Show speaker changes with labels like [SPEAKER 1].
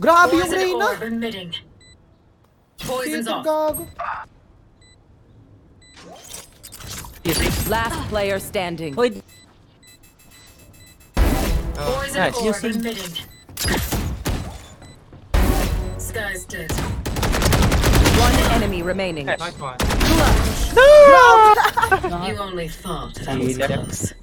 [SPEAKER 1] Grabe yung
[SPEAKER 2] Poison
[SPEAKER 1] Reyna.
[SPEAKER 2] orb emitting. Poison's
[SPEAKER 1] Tito,
[SPEAKER 2] off.
[SPEAKER 1] gago.
[SPEAKER 3] Last player standing.
[SPEAKER 4] Hoy,
[SPEAKER 2] Poison
[SPEAKER 4] nice.
[SPEAKER 2] orb
[SPEAKER 4] Using-
[SPEAKER 2] emitting. Sky's dead.
[SPEAKER 3] One enemy remaining.
[SPEAKER 4] nice one.
[SPEAKER 2] You only thought that
[SPEAKER 4] Jeez,
[SPEAKER 2] was
[SPEAKER 4] that-
[SPEAKER 2] close.